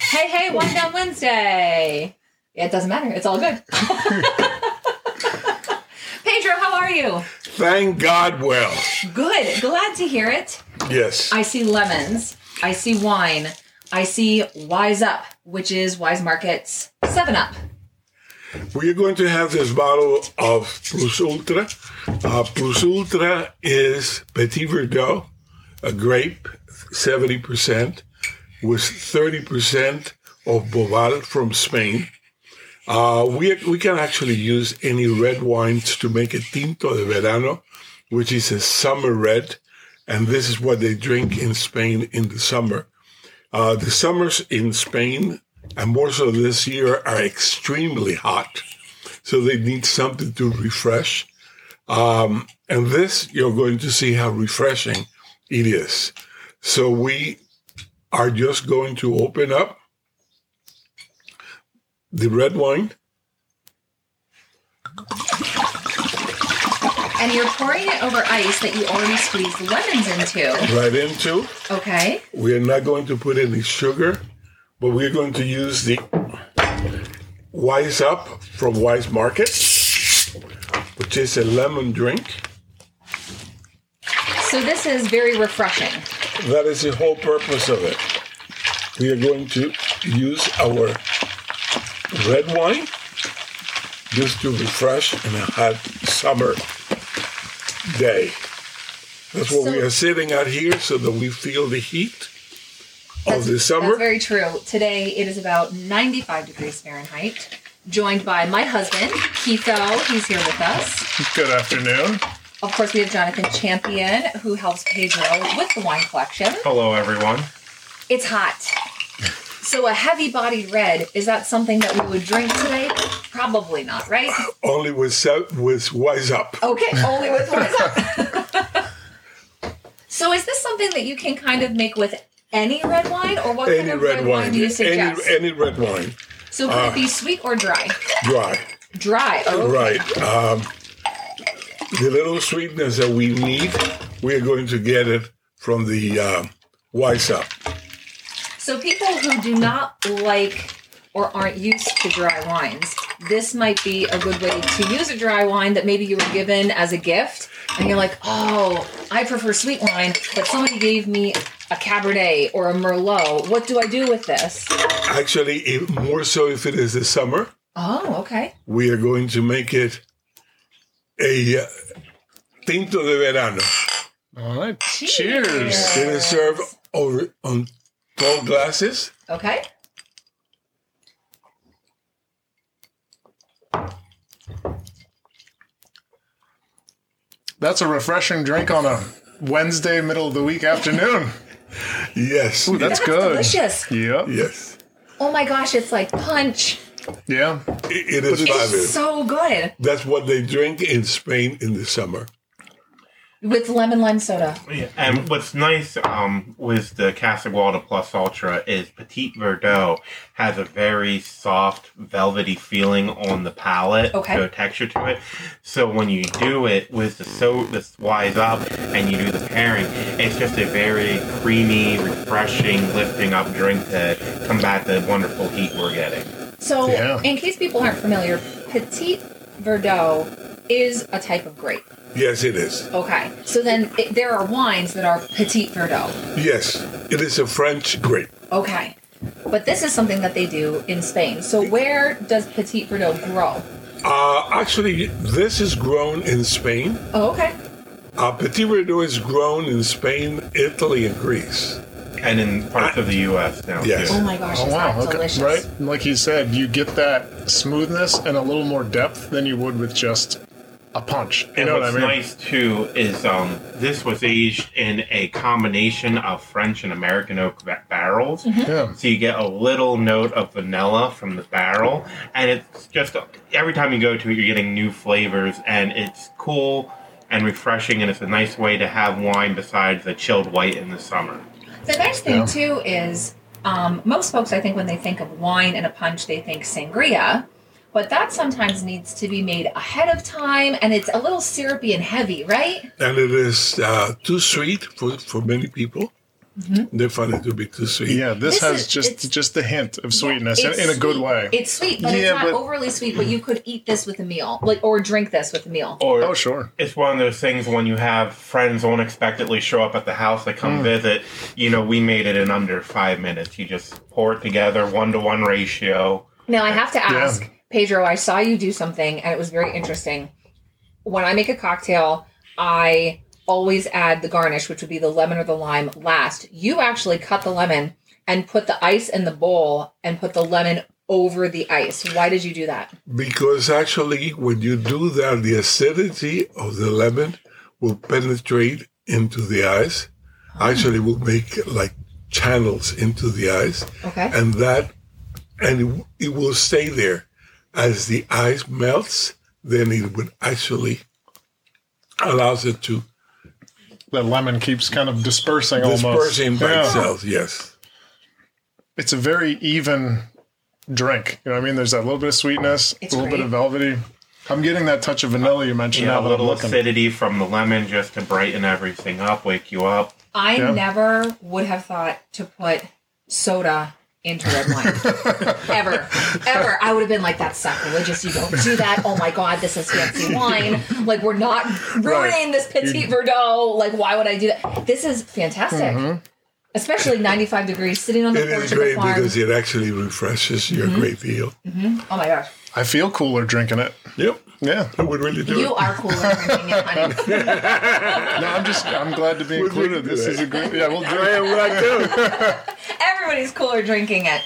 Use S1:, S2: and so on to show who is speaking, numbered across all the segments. S1: hey, hey, Wine Down Wednesday. Yeah, it doesn't matter. It's all good. Pedro, how are you?
S2: Thank God, well.
S1: Good. Glad to hear it.
S2: Yes.
S1: I see lemons. I see wine. I see Wise Up, which is Wise Market's 7 Up.
S2: We're going to have this bottle of Plus Ultra. Uh, Plus Ultra is Petit Verdot, a grape, 70%, with 30% of Boval from Spain. Uh, we, we can actually use any red wines to make a tinto de verano, which is a summer red. And this is what they drink in Spain in the summer. Uh, the summers in Spain and more so this year are extremely hot. So they need something to refresh. Um, and this, you're going to see how refreshing it is. So we are just going to open up the red wine.
S1: And you're pouring it over ice that you already squeezed lemons into.
S2: Right into.
S1: Okay.
S2: We are not going to put any sugar, but we're going to use the Wise Up from Wise Market, which is a lemon drink.
S1: So this is very refreshing.
S2: That is the whole purpose of it. We are going to use our red wine just to refresh in a hot summer day. That's what
S1: So-
S2: we are sitting out here so that we feel the heat of the
S1: That's
S2: Oh, summer.
S1: very true. Today it is about 95 degrees Fahrenheit. Joined by my husband, Keitho. He's here with us.
S3: Good afternoon.
S1: Of course, we have Jonathan Champion, who helps Pedro with the wine collection.
S3: Hello, everyone.
S1: It's hot. So, a heavy bodied red, is that something that we would drink today? Probably not, right?
S2: Only with, se- with Wise Up.
S1: Okay, only with one. so, is this something that you can kind of make with any red wine, or what kind
S2: Any
S1: of
S2: red, wine.
S1: do you suggest?
S2: Any, any red Ah. wine.
S1: so, could it be sweet or dry?
S2: Dry.
S1: Dry. Oh,
S2: Right. Um, the little sweetness that we need, we are going to get it from the uh, Wise Up.
S1: So people who do not like or aren't used to dry wines, this might be a good way to use a dry wine that maybe you were given as a gift and you're like, "Oh, I prefer sweet wine, but somebody gave me a Cabernet or a Merlot. What do I do with this?"
S2: Actually, if, more so if it is the summer,
S1: Oh, okay.
S2: we are going to make it a uh, tinto de verano.
S3: All right. Cheers.
S1: Cheers.
S2: It is served over on tall glasses.
S1: Okay.
S3: That's a refreshing drink on a Wednesday, middle of the week afternoon.
S2: Yes.
S3: Ooh, that's,
S1: That's
S3: good.
S1: delicious.
S3: Yep.
S2: yes.
S1: Oh my gosh, it's like punch.
S3: Yeah. Oh,
S2: I- it is
S1: It's
S2: fabulous.
S1: so good
S2: that's what they drink in Spain in the summer.
S1: with lemon lime soda.
S4: Yeah, and what's nice um, with the Casagualda Plus Ultra is Petite Verdot has a very soft, velvety feeling on the palate,
S1: Okay.
S4: so texture to it. So when you do it with the so this wise up and you do the pairing, it's just a very creamy, refreshing, lifting up drink to combat the wonderful heat we're getting.
S1: So,
S3: Yeah.
S1: in case people aren't familiar, Petite Verdot is a type of grape.
S2: Yes, it is.
S1: Okay. So then it, there are wines that are Petite Verdot.
S2: Yes, it is a French grape.
S1: Okay. But this is something that they do in Spain. So, where does Petite Verdot grow?
S2: Uh, actually, this is grown in Spain.
S1: Oh, okay.
S2: Uh, Petit Verdot is grown in Spain, Italy, and Greece.
S4: And in parts of the U.S. now,
S2: Yes.
S4: too.
S1: Oh my gosh,
S3: Oh,
S1: it's
S3: wow.
S1: not
S3: Okay.
S1: delicious.
S3: Right? And Like you said, you get that smoothness and a little more depth than you would with just a punch. You
S4: And
S3: know what I
S4: what's
S3: mean?
S4: nice too is um, this was aged in a combination of French and American oak ba- barrels,
S3: Yeah.
S4: so you get a little note of vanilla from the barrel, and it's just every time you go to it, you're getting new flavors, and it's cool and refreshing, and it's a nice way to have wine besides a chilled white in the summer.
S1: The nice thing,
S3: Yeah.
S1: too, is um, most folks, I think, when they think of wine and a punch, they think sangria. But that sometimes needs to be made ahead of time, and it's a little syrupy and heavy, right?
S2: And it is uh, too sweet for, for many people. They find it to be too sweet.
S3: Yeah, this,
S1: This
S3: has
S1: is- it's-
S3: just just the hint of sweetness in,
S1: It's
S3: in a good
S1: sweet.
S3: way.
S1: It's sweet, but it's
S3: Yeah,
S1: not
S3: but-
S1: overly sweet. But you could eat this with a meal, like or drink this with a meal.
S4: Or
S3: oh, sure.
S4: it's one of those things when you have friends unexpectedly show up at the house they
S3: Hmm.
S4: come visit you know we made it in under five minutes you just pour it together one to one ratio
S1: Now I have to ask, Pedro, I saw you do something and it was very interesting. When I make a cocktail, I always add the garnish, which would be the lemon or the lime last. You actually cut the lemon and put the ice in the bowl and put the lemon over the ice. Why did you do that?
S2: Because actually, when you do that, the acidity of the lemon will penetrate into the ice. Actually, will make like channels into the ice,
S1: Okay.
S2: and that, and it, it will stay there. As the ice melts, then it would actually allows it to
S3: That lemon keeps kind of dispersing almost.
S2: disperse in by
S3: Yeah.
S2: itself. Yes,
S3: It's a very even drink. You know what I mean? There's that little bit of sweetness,
S1: It's
S3: a little
S1: great.
S3: bit of velvety. I'm getting that touch of vanilla you mentioned
S4: you know,
S3: now
S4: a
S3: that I'm
S4: little
S3: looking.
S4: acidity from the lemon just to brighten everything up wake you up
S1: I
S3: Yeah.
S1: never would have thought to put soda into red wine. ever. Ever. I would have been like, that's sacrilegious. You don't do that. Oh my God, this is fancy wine. Like, we're not ruining
S3: Right.
S1: this Petit Verdot. Like, why would I do that? This is fantastic. Especially 95 degrees sitting on the
S2: Mm-hmm. it
S1: porch
S2: is
S1: of the
S2: great
S1: farm.
S2: because it actually refreshes your
S1: Mm-hmm.
S2: grape ale.
S1: Oh my gosh.
S3: I feel cooler drinking it.
S2: Yep,
S3: Yeah.
S2: I would really do it.
S1: You are cooler than me, honey.
S3: No, I'm just I'm glad to be
S2: We'll drink
S3: included.
S2: to
S3: This
S2: it.
S3: is a great yeah, we'll
S2: I
S3: drink.
S2: am like you.
S1: Everybody's cooler drinking it.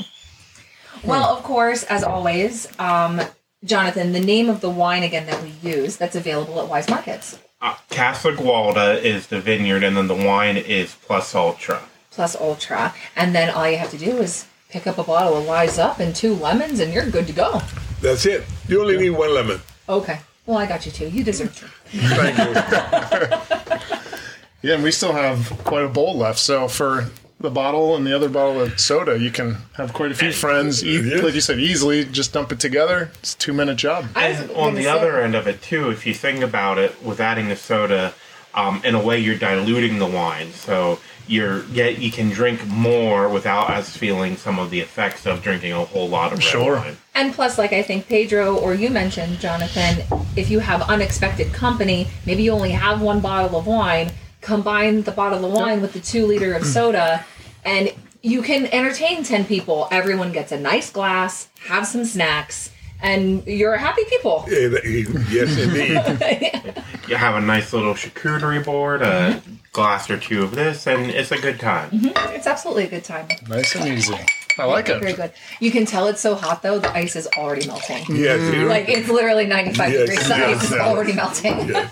S1: Well, of course, as always, um, Jonathan, the name of the wine again that we use that's available at Wise Markets
S4: uh, casa gualda is the vineyard and then the wine is plus ultra
S1: plus Ultra, and then all you have to do is pick up a bottle of Wise Up and two lemons, and you're good to go.
S2: That's it. You only need one lemon.
S1: Okay. Well, I got you two. You deserve two.
S2: Thank you.
S3: Yeah, and we still have quite a bowl left. So for the bottle and the other bottle of soda, you can have quite a few friends. Eat,
S2: Yeah.
S3: Like you said, easily just dump it together. It's a two minute job.
S1: I was
S4: and on
S1: gonna
S4: the
S1: say-
S4: other end of it too, if you think about it, with adding the soda, um, in a way you're diluting the wine, so you're yet you can drink more without us feeling some of the effects of drinking a whole lot of red
S3: Sure.
S4: wine.
S1: And plus, like I think Pedro or you mentioned, Jonathan, if you have unexpected company, maybe you only have one bottle of wine, combine the bottle of wine with the two liter
S3: Mm.
S1: of soda, and you can entertain 10 people. Everyone gets a nice glass, have some snacks, and you're happy people.
S2: Eh, eh, yes, indeed.
S4: You have a nice little charcuterie board, a glass or two of this, and it's a good time.
S1: It's absolutely a good time.
S3: Nice and easy. I like
S1: Very
S3: it.
S1: good. You can tell it's so hot though, the ice is already melting.
S2: Yes, you-
S1: Like it's literally 95
S2: Yes,
S1: degrees. The
S3: yes,
S1: ice is
S3: yes.
S1: already melting.
S2: yeah.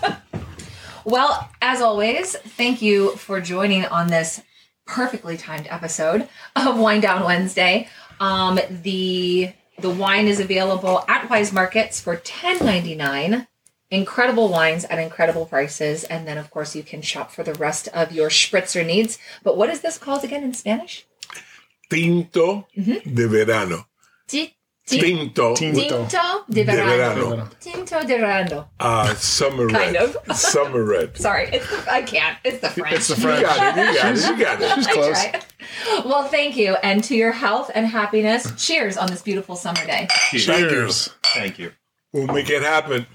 S1: Well, as always, thank you for joining on this perfectly timed episode of Wine Down Wednesday. Um, the the wine is available at Wise Markets for ten ninety nine. Incredible wines at incredible prices, and then of course you can shop for the rest of your spritzer needs. But what is this called again in Spanish?
S2: Tinto
S1: Mm-hmm.
S2: de verano.
S1: Ti- ti-
S2: Tinto,
S3: Tinto.
S1: Tinto de
S2: de
S1: verano.
S2: verano.
S1: Tinto de verano.
S2: Uh, summer
S1: Kind
S2: red.
S1: of.
S2: summer red.
S1: Sorry, it's the, I can't. It's the French.
S3: It's the
S2: You
S3: French.
S2: got it. You got it. You got it.
S3: It's close.
S1: Right. Well, thank you. And to your health and happiness, cheers on this beautiful summer day.
S2: Thank you.
S3: Cheers.
S4: Thank you.
S2: We'll make it happen.